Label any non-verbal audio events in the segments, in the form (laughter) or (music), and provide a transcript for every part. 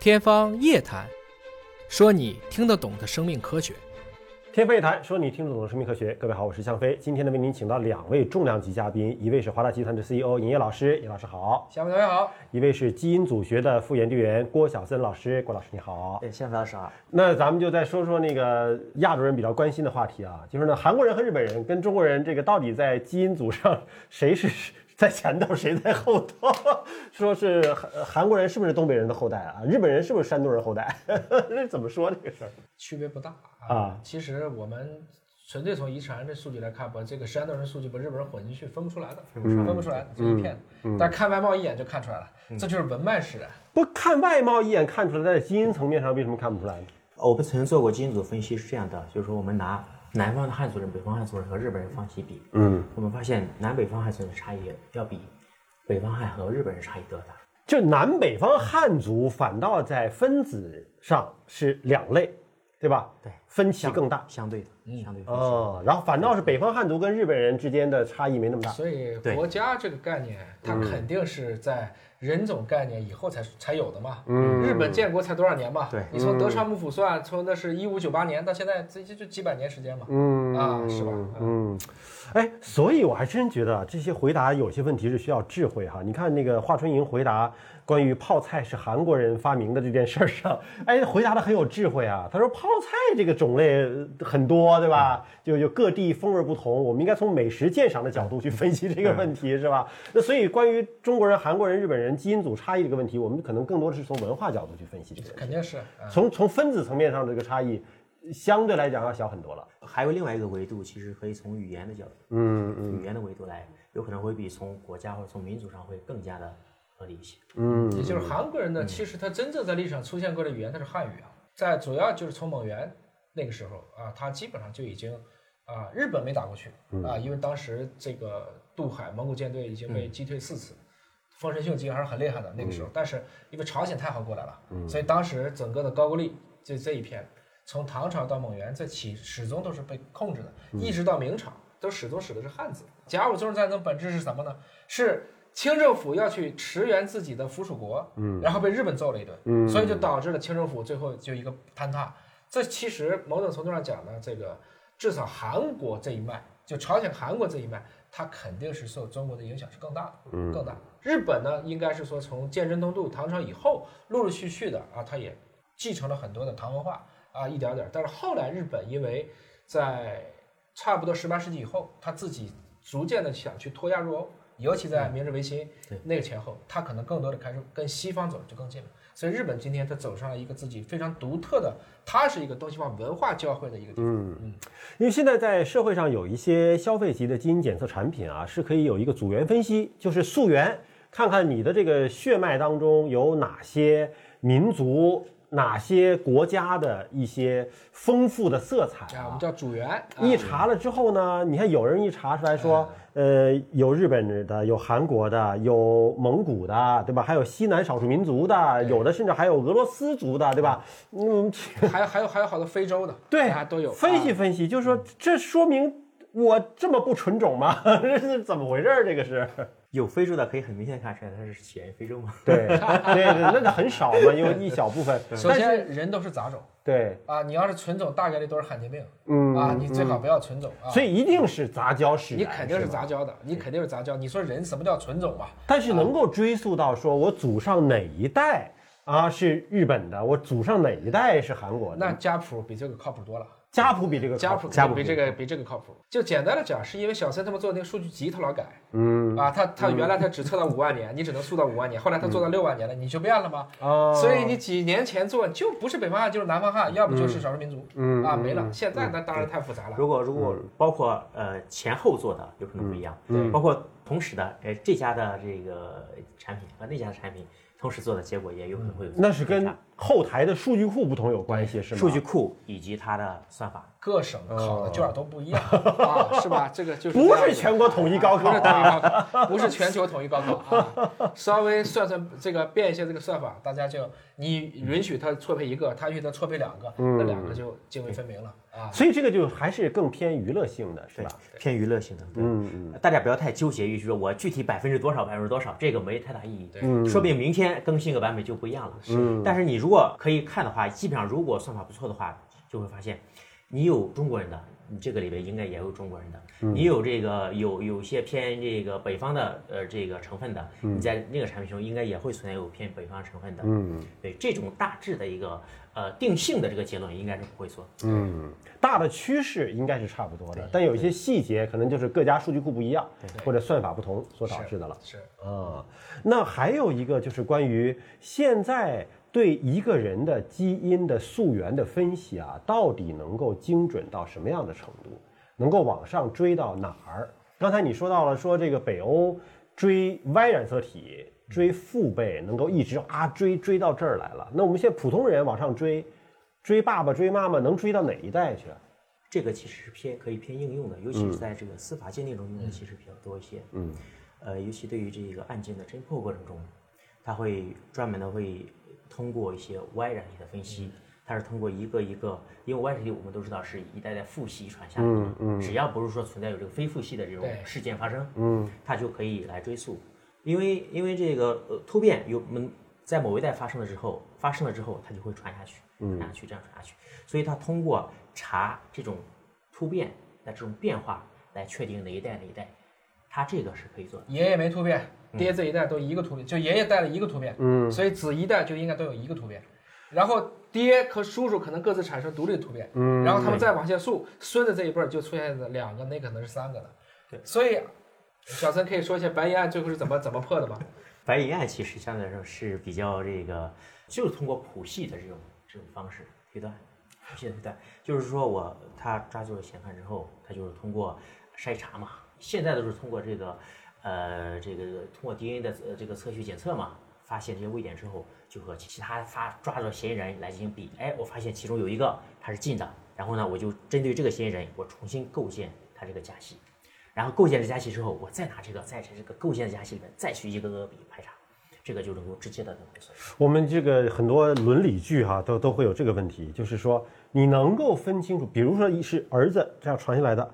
天方夜谭，说你听得懂的生命科学。天飞谈说你听得懂的生命科学，各位好，我是向飞。今天呢，为您请到两位重量级嘉宾，一位是华大集团的 CEO 尹烨老师，尹老师好；小朋友好，一位是基因组学的副研究员郭晓森老师，哎郭老师你好。对，先不要啥，那咱们就再说说那个亚洲人比较关心的话题啊，就是呢，韩国人和日本人跟中国人这个到底在基因组上谁是 (laughs) 在前头，谁在后头？说是韩韩国人是不是东北人的后代啊？日本人是不是山东人后代？ (laughs) 这怎么说这个事儿？区别不大啊其实我们纯粹从遗传的数据来看，把这个山东人数据把日本人混进去，分不出来的，分不出来的，这一片的。但看外貌一眼就看出来了，这就是文脉使然。不看外貌一眼看出来，在基因层面上为什么看不出来呢？我们曾经做过基因组分析，是这样的，就是说我们拿南方的汉族人、北方汉族人和日本人放一起比，嗯，我们发现南北方汉族人差异要比北方汉和日本人差异都要大。就南北方汉族反倒在分子上是两类，对吧？对分歧更大。相对的，相对的。哦，然后反倒是北方汉族跟日本人之间的差异没那么大。所以对国家这个概念，它肯定是在人种概念以后才才有的嘛。日本建国才多少年嘛？对你从德川幕府算，从那是一五九八年到现在，这这就几百年时间嘛。啊，是吧？嗯，哎，所以我还真觉得啊这些回答有些问题是需要智慧哈。你看那个华春莹回答关于泡菜是韩国人发明的这件事儿上，哎，回答的很有智慧啊。他说泡菜这个种类呃很多，对吧？就就各地风味不同，我们应该从美食鉴赏的角度去分析这个问题，是吧？那所以关于中国人、韩国人、日本人基因组差异这个问题，我们可能更多的是从文化角度去分析这个问题，肯定是。嗯从从分子层面上的这个差异，相对来讲要小很多了。还有另外一个维度，其实可以从语言的角度，嗯嗯，语言的维度来，有可能会比从国家或者从民族上会更加的合理一些。也就是韩国人呢，其实他真正在历史上出现过的语言，它是汉语啊，在主要就是从蒙元那个时候啊，他基本上就已经啊，日本没打过去啊，因为当时这个渡海蒙古舰队已经被击退四次。丰臣秀吉还是很厉害的那个时候，但是因为朝鲜太后过来了，所以当时整个的高句丽这这一片，从唐朝到蒙元，这起始终都是被控制的，一直到明朝都始终使的是汉字。甲午中日战争本质是什么呢？是清政府要去驰援自己的附属国，嗯，然后被日本揍了一顿，嗯，所以就导致了清政府最后就一个坍塌。这其实某种程度上讲呢，这个至少韩国这一脉，就朝鲜韩国这一脉，它肯定是受中国的影响是更大的，嗯，更大。日本呢，应该是说从鉴真东渡、唐朝以后，陆陆续续的啊，它也继承了很多的唐文化啊，一点点儿。但是后来日本因为在差不多十八世纪以后，他自己逐渐的想去脱亚入欧，尤其嗯在明治维新那个前后，他可能更多的开始跟西方走就更近了。所以日本今天它走上了一个自己非常独特的，它是一个东西方文化交汇的一个地嗯方。因为现在在社会上有一些消费级的基因检测产品啊，是可以有一个组源分析，就是溯源，看看你的这个血脉当中有哪些民族、哪些国家的一些丰富的色彩啊，我啊们。叫主源，啊一查了之后呢，你看有人一查出来说，呃，有日本的，有韩国的，有蒙古的，对吧？还有西南少数民族的，有的甚至还有俄罗斯族的，对吧？嗯，还有还有还有好多非洲的，对，啊都有分析啊分析，就是说这说明我这么不纯种吗？ (laughs) 这是怎么回事儿？这个是有非洲的可以很明显地看出来，它是起源于非洲嘛。 (laughs) 对对对，那很少嘛，因为一小部分。首但是先，人都是杂种对，啊，你要是纯种，大概率都是罕见病。嗯啊，你最好不要纯种啊。所以一定是杂交使你然，肯定是吧。杂交的，你肯定是杂交。你说人什么叫纯种嘛？但是能够追溯到说我祖上哪一代啊是日本的，我祖上哪一代是韩国的，那家谱比这个靠谱多了。家谱比这个家靠谱家嗯谱比这个比这个靠谱。就简单的讲，是因为小森他们做那个数据集，他老改，嗯嗯啊，他他原来他只测到五万年，你只能溯到五万年，后来他做到六万年了，你就变了吗？哦所以你几年前做就不是北方汉就是南方汉，要不就是少数民族，嗯啊没了。现在那当然太复杂了。如果如果包括呃前后做的有可能不一样，嗯对，包括同时的，呃这家的这个产品和那家的产品同时做的结果也有可能会有那是跟嗯偏差后台的数据库不同有关系是吗？数据库以及它的算法。各省考的卷儿都不一样、哦 (laughs) 啊，是吧？这个就是不这样是子全国统一高不考是啊统一高考，不是全球统一高考啊，稍微算算这个变一下这个算法，大家就你允许他错配一个，他允许他错配两个，那两个就泾渭分明了啊。所以这个就还是更偏娱乐性的是吧？偏娱乐性的，嗯嗯，大家不要太纠结于说我具体嗯百分之多少百分之多少，这个没太大意义。对，说不定明天更新个版本就不一样了。是，但是你如如果可以看的话，基本上如果算法不错的话，就会发现你有中国人的，你这个里边应该也有中国人的，你有这个有有些偏这个北方的呃这个成分的，你在那个产品中应该也会存在有偏北方成分的，嗯，对这种大致的一个呃定性的这个结论应该是不会错，嗯，大的趋势应该是差不多的，但有一些细节可能就是各家数据库不一样，或者算法不同所导致的了。是啊，那还有一个就是关于现在对一个人的基因的溯源的分析啊，到底能够精准到什么样的程度，能够往上追到哪儿？刚才你说到了，说这个北欧追 Y 染色体、追父辈，能够一直啊追追到这儿来了。那我们现在普通人往上追，追爸爸、追妈妈，能追到哪一代去？这个其实是偏可以偏应用的，尤其是在这个司法鉴定中用的其实比较多一些。嗯，呃，尤其对于这个案件的侦破过程中，它会专门的会通过一些 Y 染体的分析，它是通过一个一个，因为 Y 染体我们都知道是一代代父系遗传下来的，嗯嗯、只要不是说存在有这个非父系的这种对事件发生，嗯，它就可以来追溯，因为因为这个呃突变有嗯在某一代发生了之后，发生了之后它就会传下去，传下去，这样传下去，所以它通过查这种突变的这种变化来确定哪一代哪一代，它这个是可以做的。爷爷没突变，爹这一代都一个突变，就爷爷带了一个突变，嗯，所以子一代就应该都有一个突变，然后爹和叔叔可能各自产生独立的突变，嗯，然后他们再往下溯，孙子这一辈儿就出现了两个，那可能是三个了，对，所以小陈可以说一下白银案最后是怎么怎 (laughs) 么破的吗？白银案其实相对来说是比较这个，就是通过谱系的这种这种方式推断，谱系的推断，就是说我他抓住了嫌犯之后，他就是通过筛查嘛，现在都是通过这个呃这个通过 DNA 的呃这个测序检测嘛，发现这些位点之后，就和其他发抓住的嫌疑人来进行比，哎，我发现其中有一个他是近的，然后呢，我就针对这个嫌疑人，我重新构建他这个假戏。然后构建了家系之后，我再拿这个在这个构建的家系里面再去一个个比排查，这个就能够直接的能够算出来。我们这个很多伦理剧哈、都都会有这个问题，就是说你能够分清楚，比如说是儿子这样传下来的，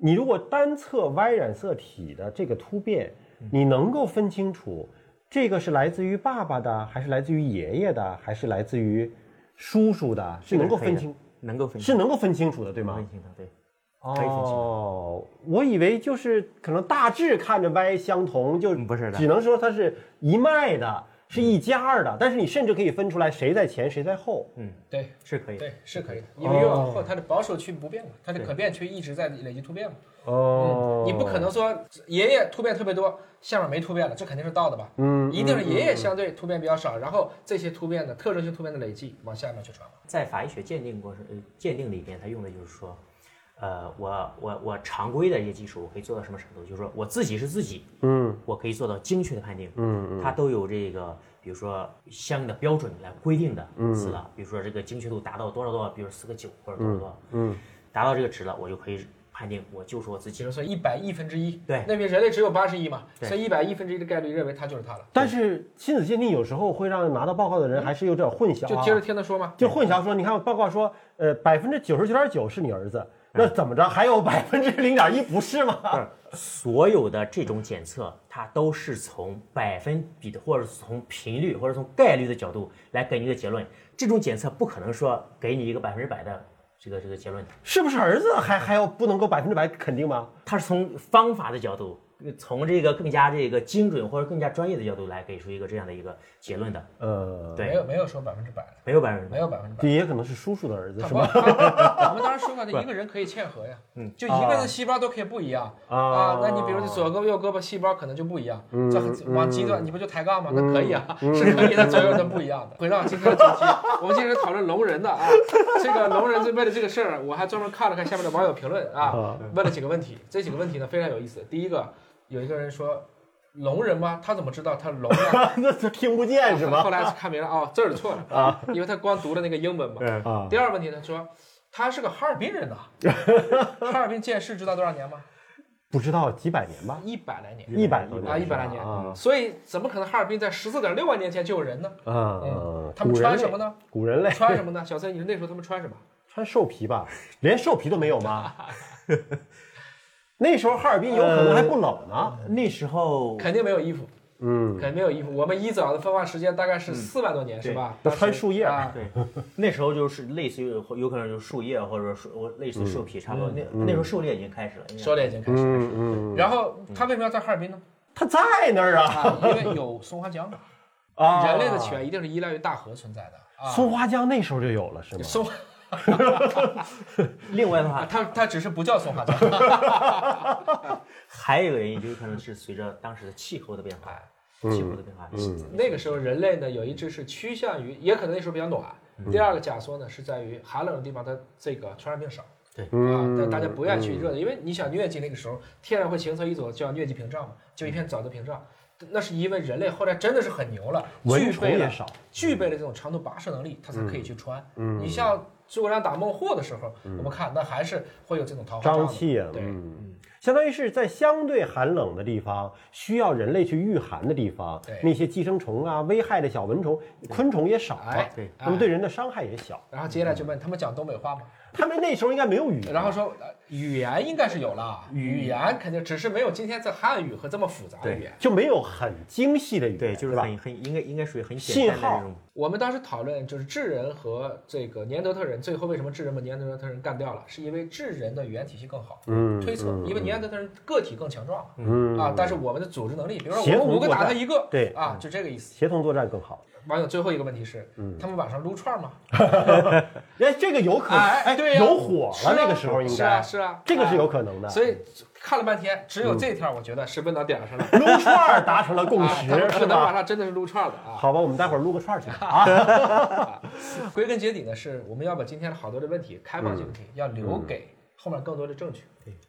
你如果单测 Y 染色体的这个突变，你能够分清楚这个是来自于爸爸的，还是来自于爷爷的，还是来自于叔叔的，是能够分清，能够分是能够分清楚的，对能吗分？清的，对，可以分清的。哦，我以为就是可能大致看着 Y 相同，就嗯不是的只能说它是一脉的，是一家儿的。但是你甚至可以分出来谁在前，谁在后。嗯，对是可以的。对哦是可以的，因为越往后它的保守区不变嘛，它的可变区一直在累积突变嘛，哦你不可能说爷爷突变特别多，下面没突变了，这肯定是倒的吧？嗯，一定是爷爷相对突变比较少，然后这些突变的特征性突变的累计往下面去传嘛。在法医学鉴定过程呃鉴定里边，它用的就是说，呃，我我我常规的一些技术，我可以做到什么程度？就是说我自己是自己，嗯，我可以做到精确的判定，嗯嗯，它都有这个，比如说相应的标准来规定的词了，比如说这个精确度达到多少多少，比如四个九或者多少多少，嗯，达到这个值了，我就可以判定我就是我自比己如。说一百亿分之一，对那边人类只有八十亿嘛，对所以一百亿分之一的概率认为它就是它了，但是亲子鉴定有时候会让拿到报告的人还是有点混淆、啊，就接着听他说嘛。就混淆说，你看报告说，呃，百分之九十九点九是你儿子，嗯那怎么着还有百分之零点一不是吗？所有的这种检测，它都是从百分比的，或者是从频率，或者从概率的角度来给你一个结论。这种检测不可能说给你一个百分之百的这个这个结论，是不是儿子还还要不能够百分之百肯定吗？它是从方法的角度，呃从这个更加这个精准或者更加专业的角度来给出一个这样的一个结论的。呃，对没有没有说百分之百的，没有百分之没百，有百分之百。这也可能是叔叔的儿子他是不吗？他我们当时说过的，一个人可以嵌合呀，嗯，就一个人的细胞都可以不一样啊嗯啊。那你比如你左胳膊右胳膊细胞可能就不一样，这很往极端，你不就抬杠吗？那可以啊， (laughs) 是可以的，左右都不一样的。回到今天的主题，我们今天是讨论聋人的啊，这个聋人为了这个事儿，我还专门看了看下面的网友评论啊，问了几个问题，这几个问题呢非常有意思。第一个，有一个人说。聋人吗？他怎么知道他聋了？那就听不见 (laughs) 是后 (laughs) 吗？来看明白哦，字儿错了啊，因为他光读了那个英文嘛。啊，第二个问题呢，说他是个哈尔滨 (laughs) 人呐、哈尔滨建市知道多少年吗？不知道几百年吧，一百来年一百多啊，一是吧百来年。啊所以怎么可能哈尔滨在十四点六万年前就有人呢？啊啊！嗯他们古人穿类什么呢？古人类穿什么呢？小崔，你说那时候他们穿什么？穿兽皮吧，连兽皮都没 (laughs) 有吗？那时候哈尔滨有可能还不冷呢。呃那时候肯定没有衣服，嗯肯，定没有衣服。我们一早的分化时间大概是四万多年，是吧？那当时穿树叶儿啊，对，那时候就是类似于有可能就是树叶或者树，我类似于树皮，差不多。那那时候狩猎已经开始了，应该狩猎已经开始。嗯嗯，然后他为什么要在哈尔 (laughs) 滨呢？它在那儿啊啊，因为有松花江，啊！人类的起源一定是依赖于大河存在的啊。松花江那时候就有了是吗？松，另外的啊话，它它只是不叫松花江， (laughs) 还有一个原因就是可能是随着当时的气候的变化，气候的变化，那个时候人类呢有一只是趋向于，也可能那时候比较暖。嗯第二个假说呢是在于寒冷的地方它这个传染病少。对啊，嗯但大家不愿意去热的，因为你想疟疾那个时候，天然会形成一种叫疟疾屏障嘛，就一片沼泽屏障。那是因为人类后来真的是很牛了，蚊具虫备也嗯了少，具备了这种长途跋涉能力，它才可以去穿。你像诸葛亮打孟获的时候，嗯我们看那还是会有这种桃花瘴瘴气的啊，对，嗯，相当于是在相对寒冷的地方，需要人类去御寒的地方对，那些寄生虫啊、危害的小蚊虫、昆虫也少啊哎，对那么对人的伤害也小。然后接下来就问他们讲东北话吗？他们那时候应该没有语啊言，然后说呃语言应该是有了，嗯语言肯定只是没有今天这汉语和这么复杂的语言。就没有很精细的语言，对，就是吧？很很应该应该属于很简单的这种，我们当时讨论就是智人和这个尼安德特人，最后为什么智人把尼安德特人干掉了，是因为智人的语言体系更好。嗯推测，因为尼安德特人个体更强壮嘛，嗯啊，但是我们的组织能力，比如说协我同们五个作打他战一个，对嗯啊，就这个意思。协同作战更好。网友最后一个问题是，嗯他们晚上撸串吗？哎，这个有可能，哎对呀有火是啊了，那个时候应是该啊，是啊，这个是有嗯啊。可能的。所以看了半天，只有这条我觉得是问到点儿上了，撸串儿达成了共啊，他们识，可是能晚吧？上真的是撸串的啊。好吧，我们待会儿撸个串儿去啊。 (laughs) 归根结底呢，是我们要把今天的好多的问题开放性问题，要留给后面更多的证据。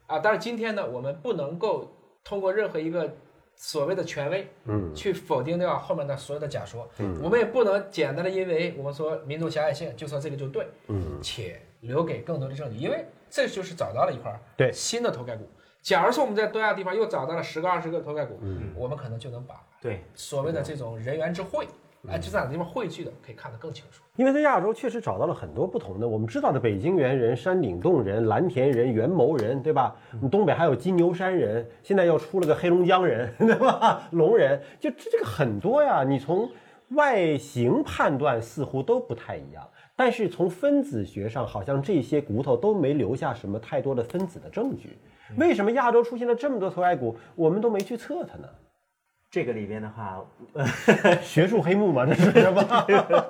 啊，但是今天呢，我们不能够通过任何一个所谓的权威，嗯，去否定掉后面的所有的假说。我们也不能简单的因为我们说民族狭隘性，就说这个就对，嗯，且留给更多的证据，因为这就是找到了一块儿对新的头盖骨。假如说我们在东亚地方又找到了十个、二十个头盖骨，我们可能就能把对，所谓的这种人员之会，哎，就在哪个地方汇聚的，可以看得更清楚。因为在亚洲确实找到了很多不同的，我们知道的北京猿人、山顶洞人、蓝田人、元谋人，对吧？你东北还有金牛山人，现在又出了个黑龙江人， (laughs) 对吧？龙人，就这这个很多呀。你从外形判断似乎都不太一样，但是从分子学上，好像这些骨头都没留下什么太多的分子的证据。为什么亚洲出现了这么多头盖骨，我们都没去测它呢？ (laughs) 这个里边的话，学术黑幕嘛，这是什么？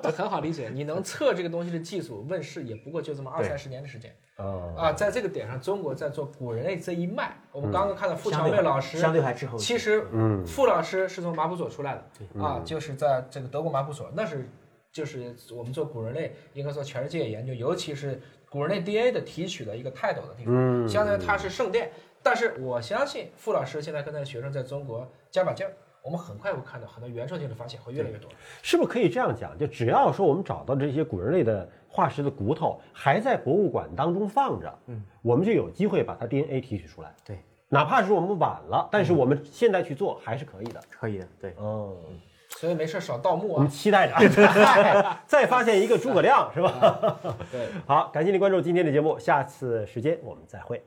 这很好理解，你能测这个东西的技术问世也不过就这么二对三十年的时间哦啊，在这个点上，中国在做古人类这一脉，我们刚刚看到傅嗯相乔对妹老师，相对还滞后一些其实，嗯，傅老师是从麻布所出来的嗯啊，就是在这个德国麻布所，那是就是我们做古人类，应该说全世界研究，尤其是古人类 DNA 的提取的一个泰斗的地方，嗯相当于它是圣殿。但是我相信傅老师现在跟他的学生在中国加把劲儿，我们很快会看到很多原创性的发现会越来越多。是不是可以这样讲？就只要说我们找到这些古人类的化石的骨头还在博物馆当中放着，嗯，我们就有机会把它 DNA 提取出来，对，哪怕是我们晚了，但是我们现在去做还是可以的。可以的，对，嗯，所以没事儿少盗墓我啊嗯们。期待着嗨再发现一个诸葛亮，是吧？对。好，感谢您关注今天的节目，下次时间我们再会。